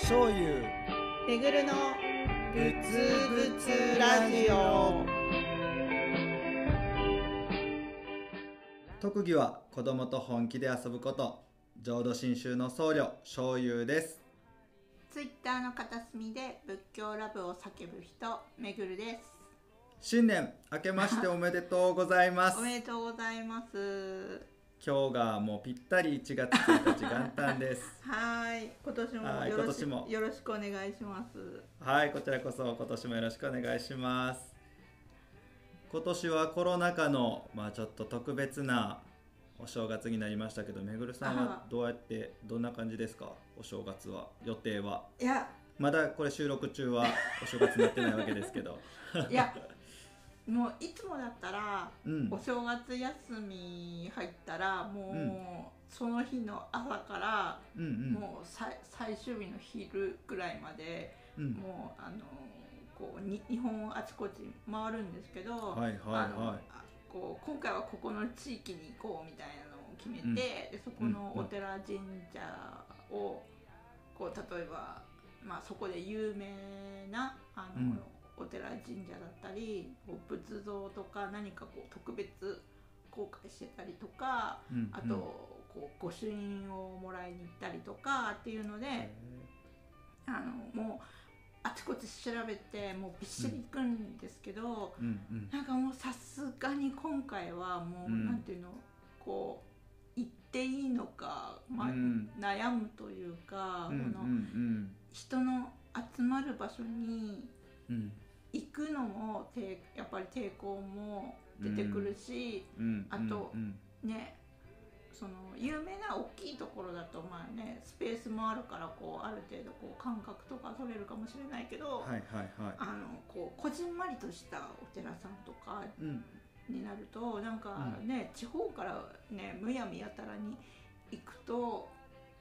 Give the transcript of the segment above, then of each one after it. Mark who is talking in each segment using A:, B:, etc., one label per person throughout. A: 醤油
B: めぐるのぶつぶつラジオ
A: 特技は子供と本気で遊ぶこと浄土真宗の僧侶醤油です
B: ツイッターの片隅で仏教ラブを叫ぶ人めぐるです
A: 新年明けましておめでとうございます
B: おめでとうございます
A: 今日がもうぴったり1月1日元旦です
B: はーい今年も
A: はい
B: よろし
A: 今年も
B: よろしくお願いします
A: はいこちらこそ今年もよろしくお願いします今年はコロナ禍のまあちょっと特別なお正月になりましたけどめぐるさんはどうやってどんな感じですかお正月は予定はい
B: や
A: まだこれ収録中はお正月になってないわけですけ ど
B: いやもういつもだったら
A: うん
B: お正月休み入ったらもう、
A: うん
B: その日の朝から
A: うんうん
B: もうさい最終日の昼ぐらいまで、
A: うん
B: もうあのーこうに日本をあちこち回るんですけど、
A: はいはい
B: あの
A: は
B: あこう今回はここの地域に行こうみたいなのを決めて、でそこのお寺神社をこう例えば、まあ、そこで有名なあの、
A: うん
B: お寺神社だったりこう仏像とか何かこう特別公開してたりとか
A: いうん
B: あと、こう御朱印をもらいに行ったりとかっていうので、
A: うん
B: あのもうあちこち調べてもうびっしり行くんですけど、
A: うんうん
B: なんかもうさすがに今回はもう、
A: うん
B: なんていうのこう行っていいのか、ま
A: うん
B: 悩むというか、
A: うん
B: この人の集まる場所に
A: うんうん
B: 行くのもてやっぱり抵抗も出てくるし、
A: うん
B: あと
A: うん
B: ねその有名な大きいところだとまあねスペースもあるからこうある程度こう感覚とか取れるかもしれないけど、
A: うんはいはいは
B: あのこうこじんまりとしたお寺さんとか
A: いうん
B: になるとなんかね、地方からねむやみやたらに行くと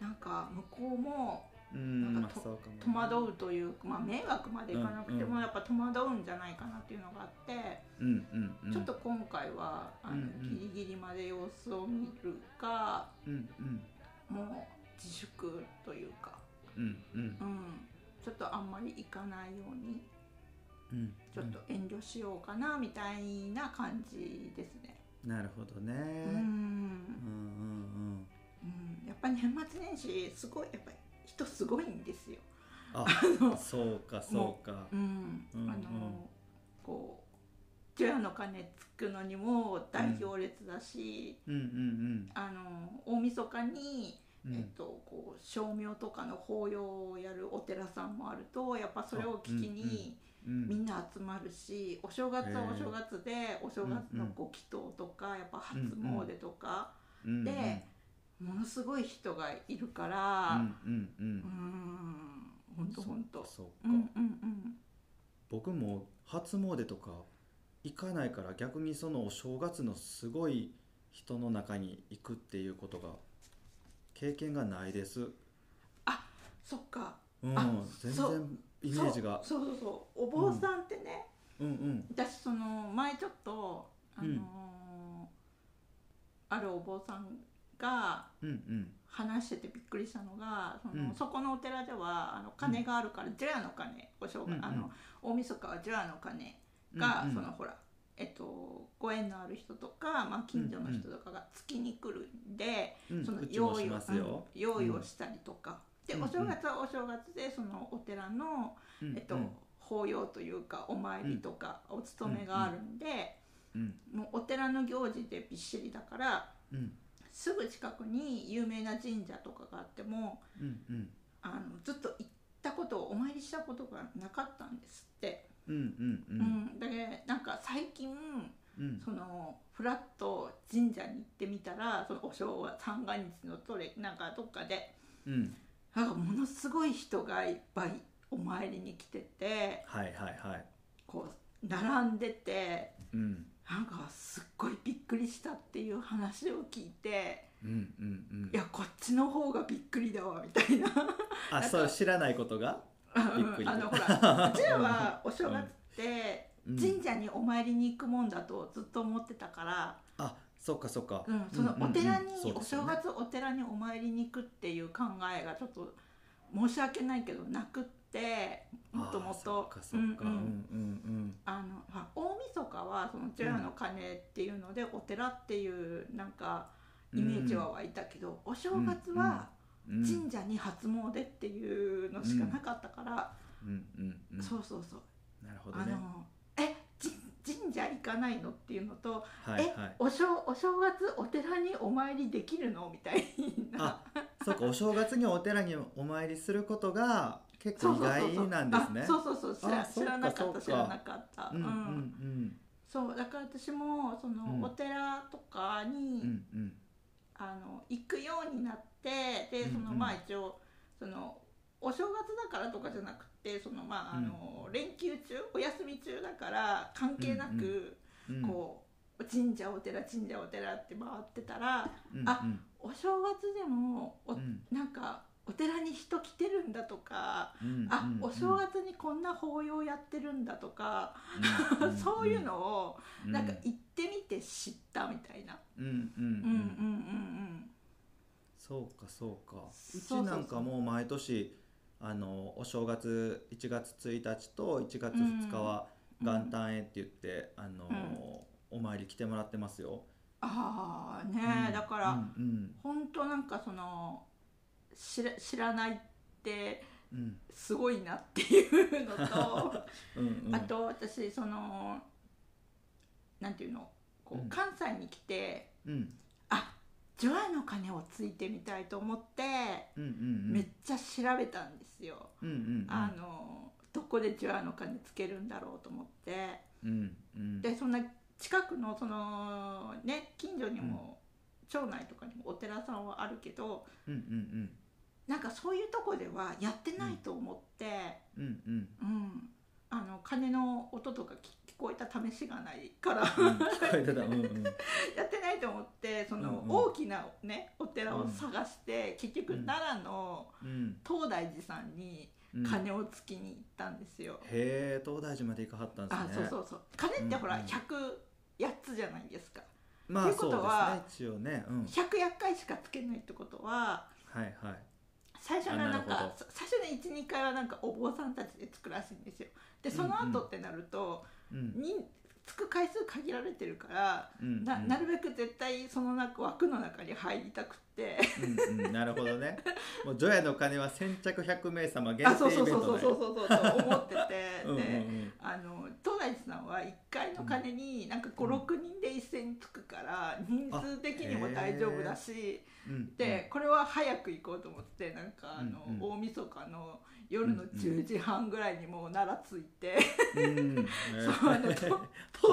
B: なんか向こうも
A: うんま
B: なん
A: あ
B: かと
A: そうかもね
B: 戸惑うというか、まあ、迷惑までいかなくて
A: うんう
B: も
A: ん
B: やっぱ戸惑うんじゃないかなっていうのがあって。
A: うんうんうん
B: ちょっと今回はあ
A: う
B: の、
A: んうん
B: ギリギリまで様子を見るか
A: うんうん
B: もう自粛というか、
A: うんうん
B: うん、ちょっとあんまり行かないように
A: うん
B: ちょっと遠慮しようかなみたいな感じですね。
A: なるほどね
B: うん
A: うんうんうん
B: うん、やっぱ年末年始すごいやっぱり人すごいんですよ。
A: あ
B: の
A: そうかそうか
B: うん
A: うんうん
B: あのこう除夜の鐘つくのにも大行列だし、
A: うんうん
B: あの大晦日に
A: うんう
B: えっ
A: ん
B: と、こう照明とかの法要をやるお寺さんもあるとやっぱそれを聞きに
A: う
B: み
A: ん
B: んな集まるし、お正月はお正月でお正月のご祈祷とかやっぱ初詣とか、
A: うん
B: でものすごい人がいるか
A: う
B: ら
A: んうんう
B: うん
A: ん
B: んほん
A: そ
B: とほんと。
A: そうか
B: うんうん
A: 僕も初詣とか行かないから逆にそのお正月のすごい人の中に行くっていうことが経験がないです、
B: うん、そっか
A: うん
B: あ、
A: 全
B: そう
A: 然イメージが
B: そうそうそうそうお坊さんってね、
A: うんうん
B: 私その前ちょっと、あの
A: う
B: ー
A: ん
B: あるお坊さんが
A: うんうん
B: 話しててびっくりしたのがその、
A: うん
B: そこのお寺ではあの鐘があるから、除夜の鐘お正月、
A: うんうん
B: あの大晦日は除夜の鐘
A: うん
B: が、
A: うん
B: そのほらえっと、ご縁のある人とか、まあ、近所の人とかが月に来るんで、
A: うん
B: その
A: うちも
B: 用
A: し
B: 意を、
A: ますよ、
B: うん用意をしたりとか、
A: うん
B: でお正月はお正月でそのお寺の、
A: うん
B: えっと
A: うん
B: 法要というかお参りとかお勤めがあるんで、
A: うん
B: もうお寺の行事でびっしりだから
A: うん
B: すぐ近くに有名な神社とかがあっても
A: うんうん
B: あのずっと行ったことをお参りしたことがなかったんですって、
A: うんうんう
B: うんんだけどなんか最近
A: うん
B: そのふらっと神社に行ってみたらそのお正月三が日のどれなんかどっかで
A: うん
B: なんかものすごい人がいっぱいお参りに来てて
A: はいはいはい
B: こう並んでて
A: うん
B: なんかすっごいびっくりしたっていう話を聞いて。
A: うんうんうん
B: いやこっちの方がびっくりだわみたいな
A: あそう知らないことがびっくり
B: あのほらうちらはお正月って
A: うん
B: 神社にお参りに行くもんだとずっと思ってたから、
A: あそっかそっか、
B: うんそのお寺
A: うんうんう
B: に、
A: んそう
B: お
A: ですよ
B: 正
A: ね
B: 月お寺にお参りに行くっていう考えがちょっと申し訳ないけどなくってもっともっと
A: あーそっかそっか
B: う
A: うんんう
B: う
A: んん
B: あのあ大晦日はその除夜の鐘っていうので、お寺っていうなんか
A: うん
B: イメージは湧いたけど、お正月は
A: うんうん
B: 神社に初詣っていうのしかなかったから、
A: うんうんうん
B: そうそうそう、
A: なるほど
B: あ
A: ね
B: のえじ神社行かないのっていうのと、
A: はい
B: え
A: はい
B: お正お正月お寺にお参りできるのみたいな
A: あそうかお正月にお寺にお参りすることが結構意外なんですね
B: あそうそうそう知ら
A: あ
B: 知らなか
A: そ
B: っ
A: う
B: た
A: か
B: 知らなかった、
A: うんうん
B: うんそうだから私もその、
A: うん
B: お寺とかに、
A: うんうんうん
B: あの行くようになってでそ
A: うん
B: の、
A: うん
B: まあ一応そのお正月だからとかじゃなくてそのまああの、連休中お休み中だから関係なく、
A: うん
B: こう神社お寺神社お寺って回ってたら
A: うんうん
B: あお正月でもお、
A: うん
B: なんかお寺に人来てるんだとか、
A: うん
B: あ
A: うん
B: お正月にこんな法要やってるんだとか、
A: うんん
B: そういうのを
A: う
B: なんか行ってみて知ったみたいな。
A: うんうんう
B: うんうんう
A: ん
B: んうん
A: そうかそうか
B: そうう
A: ち
B: そうそう
A: なんかもう毎年あのお正月1月1日と1月2日は
B: うん
A: 元旦へって言って、あのお参り来てもらってますよ、
B: ああね、
A: うん
B: だから、
A: うん
B: 本当なんかその知ら知らないって
A: うんうん
B: すごいなっていうのと、
A: うんうん
B: あと私そのなんていうのこ
A: うん
B: う関西に来て、
A: うん
B: あジョアの鐘をついてみたいと思って
A: うんうん
B: めっちゃ調べたんですよ、
A: うんうん
B: あのどこでジョアの鐘つけるんだろうと思って
A: うんうん
B: でそんな近くのそのね近所にも、町内とかにもお寺さんはあるけど、
A: うんうん
B: なんかそういうとこではやってないと思って、
A: うんうんうん
B: うんあの鐘の音とか聞聞こえた試しがないから
A: うん聞こえてたうんうん
B: やってないと思ってその
A: うんうん
B: 大きな、ね、お寺を探して、結局
A: うん
B: 奈良の
A: うん
B: 東大寺さんに
A: うん
B: 鐘をつきに行ったんですよ。
A: へえ東大寺まで行かはったんです
B: あ
A: ね
B: そうそううそう鐘ってほら
A: うんうん
B: 100やつじゃないですか。
A: まあ
B: っていう
A: そう
B: ことは
A: ですね一応ねうん
B: 100やっかいしかつけないってことは
A: はいはい
B: 最初のなん
A: あなる
B: か
A: ほ
B: さ最初の12回はなんかお坊さんたちでつくらしいんですよ。でその後ってなると、
A: うん
B: につく回数限られてるから、
A: うん
B: な
A: うん
B: なるべく絶対その中枠の中に入りたくって
A: うんうんなるほど ねもう除夜の鐘は先着100名様限
B: あそう
A: 定イ
B: そう
A: ベン
B: そうそ
A: ト
B: う
A: だ
B: そう
A: よ
B: そうそうと思ってて
A: うんうん
B: であの東大寺さんは1回の鐘になんか56、人で一斉につくから人数的にも大丈夫だし、
A: うんうん
B: でこれは早く行こうと思ってなんかあの、
A: うんうん
B: 大晦日の夜の10時半ぐらいにもう奈良着いて、
A: うんね
B: そうあの東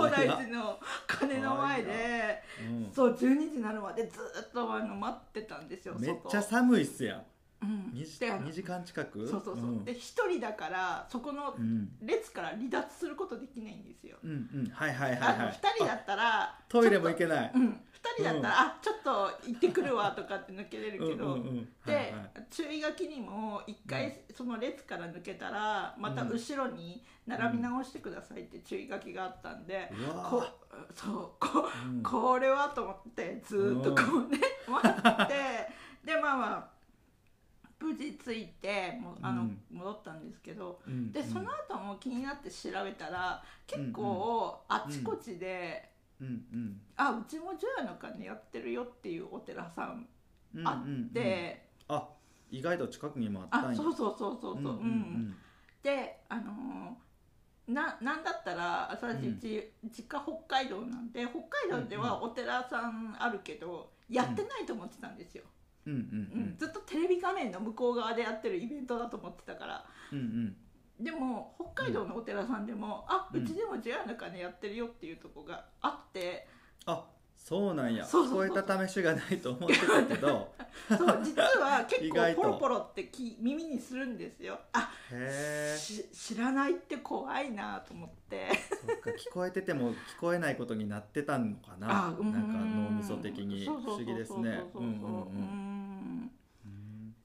B: 東大寺の鐘の
A: 早
B: 前で。
A: うん
B: そう12時になるまでずっとあの待ってたんですよ
A: めっちゃ
B: 外
A: 寒いっすやん
B: うん、
A: 2時
B: であの
A: 二時間近く
B: そうそうそう、
A: ん
B: で一人だからそこの
A: うん
B: 列から離脱することできないんですよ、
A: うんうんはいはいはい
B: あ
A: は
B: の
A: い
B: 2人だったら
A: トイレも
B: ちょ
A: 行
B: っ
A: けない
B: とうん2人だったら、あちょっと行ってくるわとかって抜けれるけど、
A: うんうんうん、
B: で、
A: はいはい
B: 注意書きにも一回その列から抜けたらまた後ろに並び直してくださいって注意書きがあったんで、
A: うわー
B: こそうこ
A: うん
B: これはと思ってずーっとこうね、待ってでまあまあ無事着いてもうあの、
A: うん
B: 戻ったんですけど
A: うん
B: でその後も気になって調べたら結構あちこちで、
A: うんうん
B: あうちも除夜の鐘やってるよっていうお寺さん
A: うん
B: あって、
A: あ意外と近くにもあったんや
B: あそうそうそうそうそううん、であのーななんだったら私うち、実家北海道なんで北海道ではお寺さんあるけど、やってないと思ってたんですよ、
A: うんうん
B: うんずっとテレビ画面の向こう側でやってるイベントだと思ってたから
A: うんうん
B: でも北海道のお寺さんでも、あ
A: う
B: うんちでもジェアの鐘やってるよっていうとこがあって、
A: あそうなんや
B: そうそうそう
A: 聞こえた試しがないと思ってたけ ど
B: そう実は結
A: 意
B: 構
A: 外と
B: ポロポロってき耳にするんですよあ
A: へえ
B: し知らないって怖いなと思って
A: そっか聞こえてても聞こえないことになってたのかなな
B: あ
A: ん
B: う
A: か脳みそ的に不
B: そうそ
A: 思
B: うそうそう
A: 議ですね
B: そううそうんそう
A: う
B: ううん
A: んうん
B: ん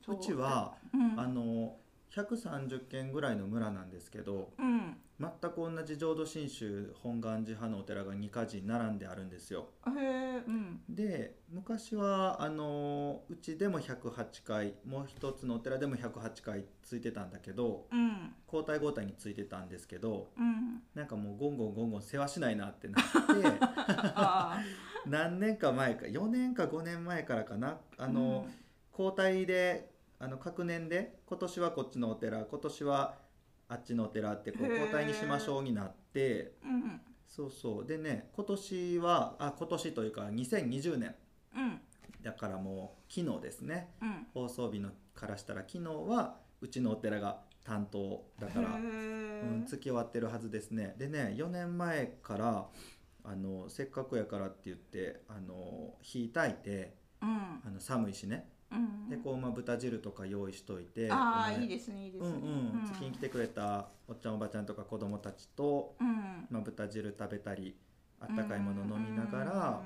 B: そう
A: うちは
B: うん
A: あの130軒ぐらいの村なんですけど
B: うん
A: 全く同じ浄土真宗本願寺派のお寺が2か寺並んであるんですよ
B: へえうん
A: で昔はあのうちでも108回もう一つのお寺でも108回ついてたんだけど
B: うん
A: 交代交代についてたんですけど
B: うん
A: なんかもうゴンゴンゴンゴン世話しないなってなって。
B: あ
A: 何年か前か4年か5年前からかな
B: あ
A: あの、交代であの各年で今年はこっちのお寺今年はあっちのお寺ってこう
B: へー
A: 交代にしましょうになって
B: うんうん
A: そうそうでね今年はあ今年というか2020年
B: うん
A: だからもう昨日ですね
B: うん
A: 放送日のからしたら昨日はうちのお寺が担当だから
B: へえ
A: うん、月終わってるはずですねでね4年前からあのせっかくやからって言ってあの火炊いて
B: うん
A: あの寒いしね
B: うん
A: でこう、まあ、豚汁とか用意しといて
B: ああ
A: こうね
B: いいですねいいです
A: うん
B: ね
A: うん、月に来てくれたおっちゃんおばちゃんとか子供たちと、
B: うん
A: まあ、豚汁食べたりあったかいもの飲みながら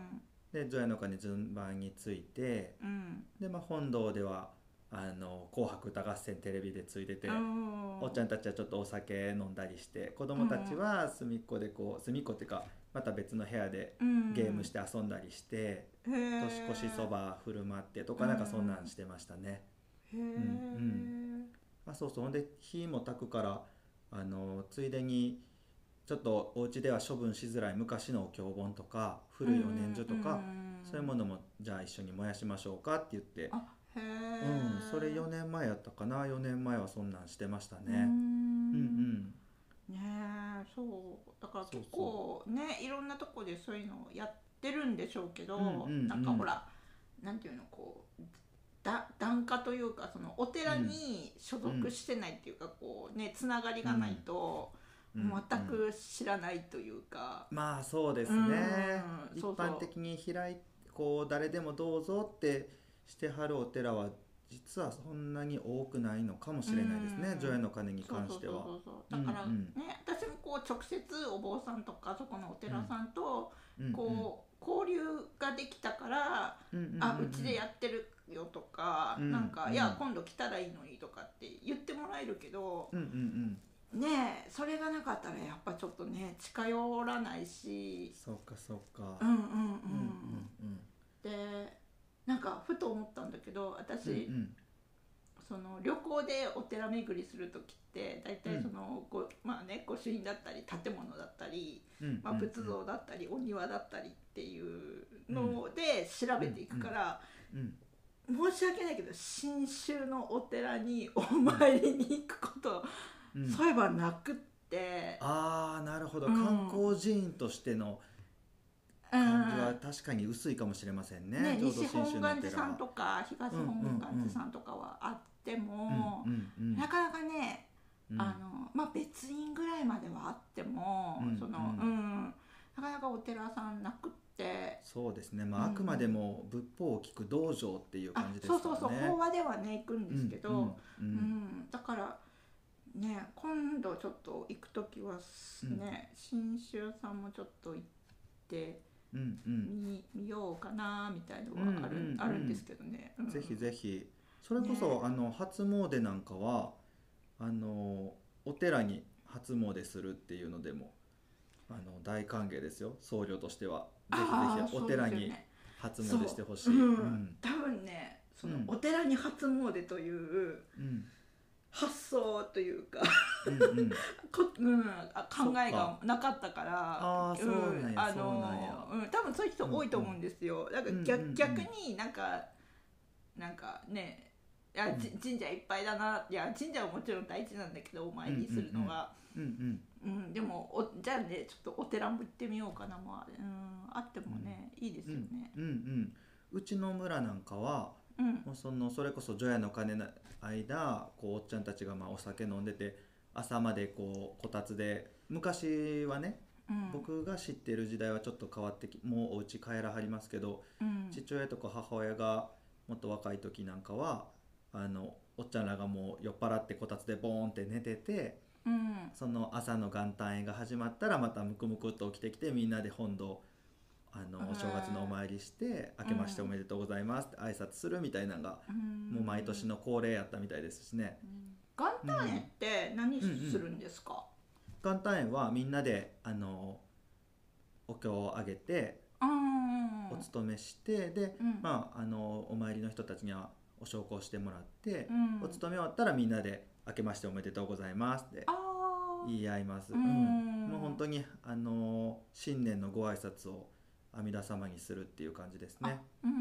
A: で除夜の鐘順番について
B: うんうん
A: で、まあ、本堂ではあの「紅白歌合戦」テレビでついてて。
B: うん
A: おっちゃんたちはちょっとお酒飲んだりして子供たちは隅っこでこう隅っこっていうかまた別の部屋で
B: うん
A: ゲームして遊んだりして、
B: へえ
A: 年越しそば振る舞ってとか
B: うん
A: なんかそんなんしてましたね、
B: へえ
A: んあそうそうほんで火も炊くからあのついでにちょっとお家では処分しづらい昔のお経本とか古いお念書とか、
B: ん
A: そういうものもじゃあ一緒に燃やしましょうかって言って、
B: あへえ
A: うん、それ4年前やったかな4年前はそんなんしてました
B: う
A: ね、うん、うんん
B: ねえそうだから
A: そうそう
B: 結構ねいろんなとこでそういうのをやってるんでしょうけど、
A: うんうんうん
B: なんかほらなんていうのこうだ檀家というかそのお寺に所属してないっていうか、こうねつながりがないと
A: うんうん
B: 全く知らないというか、
A: まあそうですね
B: うん
A: 一
B: そうそう
A: 般的に開いこう誰でもどうぞってしてはるお寺は実はそんなに多くないのかもしれないですね
B: うん
A: 除夜の鐘に
B: そう
A: 関
B: そ
A: し
B: う
A: て
B: そう
A: は。
B: そうそうだから
A: うんう
B: ね、
A: ん
B: 私もこう直接お坊さんとかそこのお寺さんとこう、交流ができたから
A: うん
B: あうちでやってるよとか、
A: うん
B: なんか、
A: うん
B: いや今度来たらいいのにとかって言ってもらえるけど
A: うんうんうん
B: ねえそれがなかったらやっぱちょっとね近寄らないし
A: そうかそうか
B: うんうん
A: う
B: うん、
A: んうん
B: でなんかふと思ったんだけど私、
A: うんうん
B: その旅行でお寺巡りする時って大
A: う
B: 体
A: ん
B: その、ごまあね御朱印だったり建物だったり、
A: うんうん
B: まあ、仏像だったり、お庭だったりっていうので調べていくから。
A: うん
B: 申し訳ないけど新州のお寺にお参りに行くこと、
A: うん
B: そういえばなくって
A: あーなるほど
B: うん
A: 観光寺院としての感じは確かに薄いかもしれません
B: うん
A: ね
B: ね
A: 浄土
B: 西
A: 真宗の
B: 本願
A: お
B: 寺
A: 寺は
B: さんとか東本願寺さんとかはあっても、
A: うんうんうん
B: なかなかね、
A: うん
B: あのまあ、別院ぐらいまではあっても、
A: うん
B: その
A: うん
B: うん、なかなかお寺さんなくって。
A: そうですね、まあ、
B: う
A: あ
B: ん
A: くまでも仏法を聞く道場っていう
B: あ
A: 感じですから
B: そう
A: ね。
B: そうそう法話ではね行くんですけど、
A: うんうんうん
B: うん、だからね今度ちょっと行く時はすね、信州さんもちょっと行って
A: うんうん
B: み見ようかなみたいの
A: うん
B: はある,、
A: うんうん
B: あるんですけどね、うん
A: ぜひぜひそれこそ、
B: ね
A: あの初詣なんかはあのお寺に初詣するっていうのでもあの大歓迎ですよ僧侶としてはぜひ
B: あ
A: ぜ
B: ー
A: ひお
B: そうですよ
A: 寺
B: ね
A: に初詣してほしい。
B: うん
A: うん
B: 多分ねその
A: うん
B: お寺に初詣という
A: うん
B: 発想というか、
A: うんうん
B: こうん、あ考え
A: そ
B: がなかったから
A: あーそうなんや
B: あ
A: そうなんや
B: のうん、多分そういう人多いと思うんですよ、なんか
A: うんうんう
B: 逆
A: ん
B: 逆になんかなんかねいや、じ
A: うん
B: 神社いっぱいだないや神社はもちろん大事なんだけどお参りするのが、
A: うんうん
B: うんでもおじゃあねちょっとお寺も行ってみようかなもあ,、うん、あってもね、いいですよね。
A: うんうんうちの村なんかは
B: うん、
A: もうそのそれこそ除夜の鐘の間こうおっちゃんたちがまあお酒飲んでて朝までこうこたつで昔はね、
B: うん、
A: 僕が知ってる時代はちょっと変わってきもうお家帰らはりますけど、
B: うん、
A: 父親とか母親がもっと若い時なんかはあのおっちゃんらがもう酔っ払ってこたつでボーンって寝てて
B: うん
A: その朝の元旦宴が始まったらまたムクムクっと起きてきてみんなで本堂あ
B: うん
A: のお正月のお参りして「明けましておめでとうございます」って挨拶するみたいなのが
B: うん
A: もう毎年の恒例やったみたいですしね、
B: うん元旦園って何するんですか、
A: 元旦園はみんなであのお経をあげて
B: あ
A: お
B: あ
A: 勤めしてで、
B: うん
A: まあ、あのお参りの人たちにはお焼香してもらって
B: う、ん
A: お勤め終わったらみんなで「明けましておめでとうございます」って
B: あ
A: 言い合います、
B: う
A: うん
B: ん
A: もう本当にあの新年のご挨拶を阿弥陀様にするっていう感じですね。
B: あうー
A: うん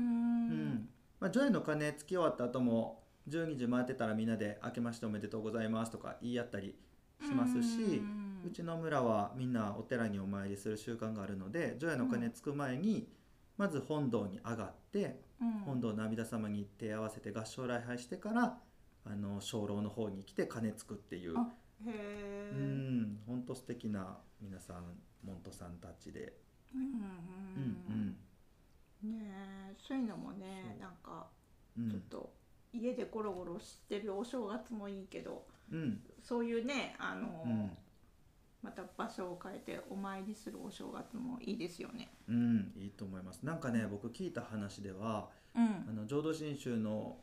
A: んまあ、除夜の鐘つき終わった後も12時回ってたらみんなで「明けましておめでとうございます」とか言い合ったりしますし。
B: うん
A: うちの村はみんなお寺にお参りする習慣があるので除夜の鐘つく前に、まず本堂に上がって
B: うん
A: 本堂の阿弥陀様に手合わせて合唱礼拝してからあの鐘楼の方に来て鐘つくっていう
B: あへ
A: う
B: え
A: んほんと素敵な皆さんモントさんたちで、
B: うん
A: う
B: うん
A: ん
B: ねえそういうのもね
A: そう
B: なんか
A: うん
B: ちょっと家でゴロゴロしてるお正月もいいけど
A: うんうん
B: そういうねあの、
A: うん
B: また場所を変えてお参りするお正月もいいですよね。
A: うんいいと思いますなんかね僕聞いた話では
B: うん、
A: あの浄土真宗の、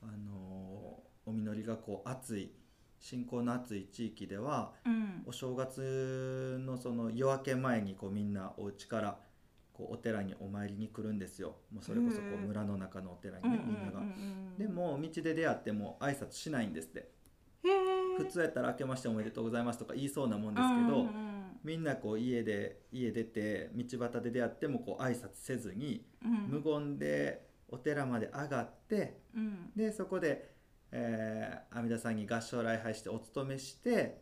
A: あのお実りがこう熱い信仰の熱い地域では
B: うん
A: お正月のその夜明け前にこうみんなお家からこうお寺にお参りに来るんですよもうそれこそこ
B: へ
A: う
B: え
A: 村の中のお寺
B: う
A: に
B: んう
A: ね
B: ん
A: みんな
B: う
A: が。
B: んうん
A: でも道で出会っても挨拶しないんですって
B: へえ
A: 普通やったら「明けましておめでとうございます」とか言いそうなもんですけ
B: う
A: ど
B: んうん
A: みんなこう家で家出て道端で出会ってもこう挨拶せずに
B: うん
A: 無言でお寺まで上がって
B: うん
A: でそこで、えー、阿弥陀さんに合唱礼拝してお勤めして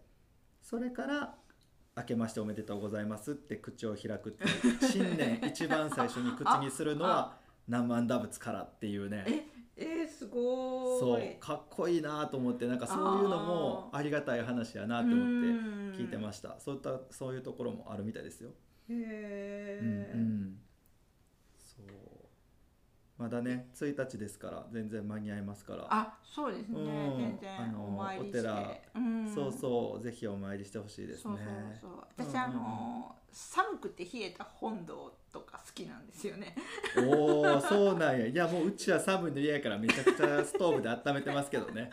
A: それから「明けましておめでとうございます」って口を開くっていう新年一番最初に口にするのは何万打仏からっていうね
B: えー、すごーい
A: そうかっこいいなと思ってなんかそういうのもありがたい話やなと思って聞いてま
B: し
A: したそういったそういうところもあるみたいですよ。
B: たへえ、
A: うんうん、そうまだね1日ですから全然間に合いますから。
B: あそうです
A: う
B: ね、
A: ん
B: 全
A: あ
B: 然
A: の
B: お参りして
A: お寺
B: うん、
A: そう
B: う
A: そう、ぜひお参りしてほしいです
B: そう
A: ね。
B: そうそう私、
A: うんうんうん
B: あの寒くて冷えた本堂とか好きなんですよね
A: おお、そうなんや。いや、もううちは寒いの嫌やから、めちゃくちゃストーブで温めてますけどね。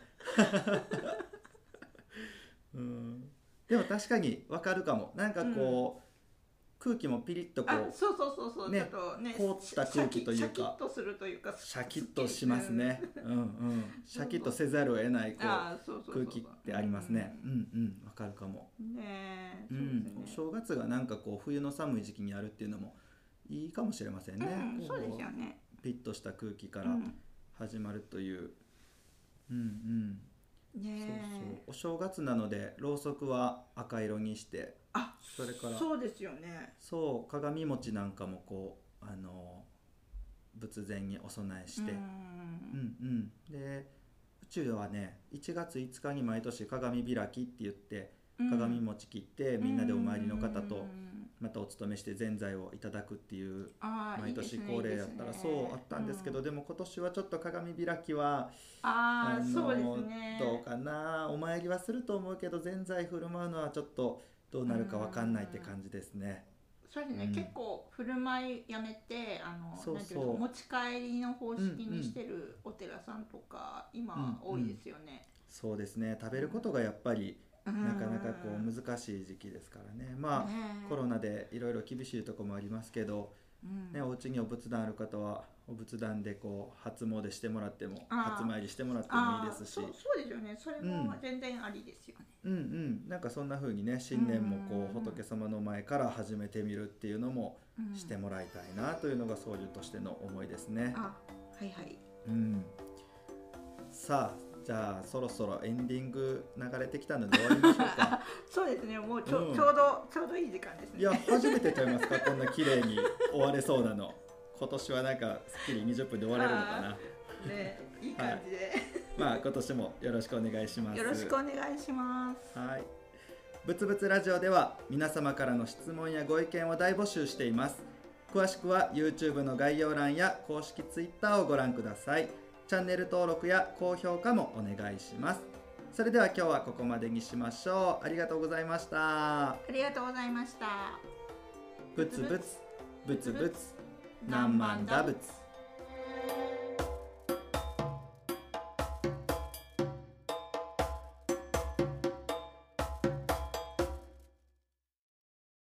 A: うん、でも確かにわかるかも。なんかこう、空気もピリッとこ
B: あ
A: う、
B: そうそうそうそう、
A: ね
B: ちょっとね
A: 凍った空気というか
B: シャキシャキッとするというか
A: シャキッとしますね。うんうん。シャキッとせざるを得ないこう
B: あーそうそうそ
A: 空
B: う
A: 気ってありますね。う
B: うん
A: うん、わかるかも。
B: んねえ
A: う
B: そ
A: ん、お
B: うですね
A: 正月がなんかこう冬の寒い時期にやるっていうのもいいかもしれませんね。
B: うん、
A: こ
B: そうですよね
A: ピッとした空気か
B: う
A: ら
B: ん
A: 始まるという、うんうん、そう
B: ね
A: そう
B: え
A: お正月なのでろうそくは赤色にして
B: あ
A: それから
B: そうですよね
A: そう鏡餅なんかもこうあの仏前にお供えして、
B: う、
A: うんんうん、で宇宙はね1月5日に毎年鏡開きって言って鏡餅切って、みんなでお参りの方
B: う
A: と
B: ん
A: またお勤めしてぜんざいをいただくっていう
B: あー
A: 毎
B: いいです
A: 年
B: ね
A: 恒例やったら
B: いいです
A: そ
B: ね
A: うあったんですけど、
B: う
A: でも今年はちょっと鏡開きは
B: あ
A: あ
B: あ
A: の
B: そうですね
A: どうかなお参りはすると思うけどぜんざい振る舞うのはちょっとどうなるかわかんないって感じですね。
B: そうですね、
A: うん
B: 結構振る舞いやめてあの
A: そうそう
B: なんていうの持ち帰りの方式にしてるお寺さんとか、今
A: うん
B: 多いですよね、
A: そうですね食べることがやっぱり
B: うん
A: なかなかこう難しい時期ですからねまあ
B: ねえ
A: コロナでいろいろ厳しいとこもありますけど、
B: うん
A: ね、お家にお仏壇ある方はお仏壇でこう初詣してもらっても
B: あー
A: 初参りしてもらって
B: あ
A: も
B: ー
A: いいですし
B: そうそうですよねそれも
A: うん
B: 全然ありですよね、
A: うんうんなんかそんな風にね新年も
B: うん
A: こ
B: うん
A: う
B: うん
A: 仏様の前から始めてみるっていうのも
B: うん
A: してもらいたいなというのが僧侶としての思いですね。
B: あはいはい
A: うん、さあじゃあそろそろエンディング流れてきたので終わりましょう か
B: そうですねもうちょ,、
A: うん
B: ちょうどちょうどいい時間ですね
A: いや初めてちゃいますかこんな綺麗に終われそうなの今年はなんかすっきり20分で終われるのかな
B: ねいい感じで、
A: まあ今年もよろしくお願いします
B: よろしくお願いします
A: はい。ぶつぶつラジオでは皆様からの質問やご意見を大募集しています。詳しくは YouTube の概要欄や公式 Twitter をご覧ください。チャンネル登録や高評価もお願いします。それでは今日はここまでにしましょう。ありがとうございました。
B: ありがとうございました
A: ぶつぶつ、ぶつぶつ、何万打仏。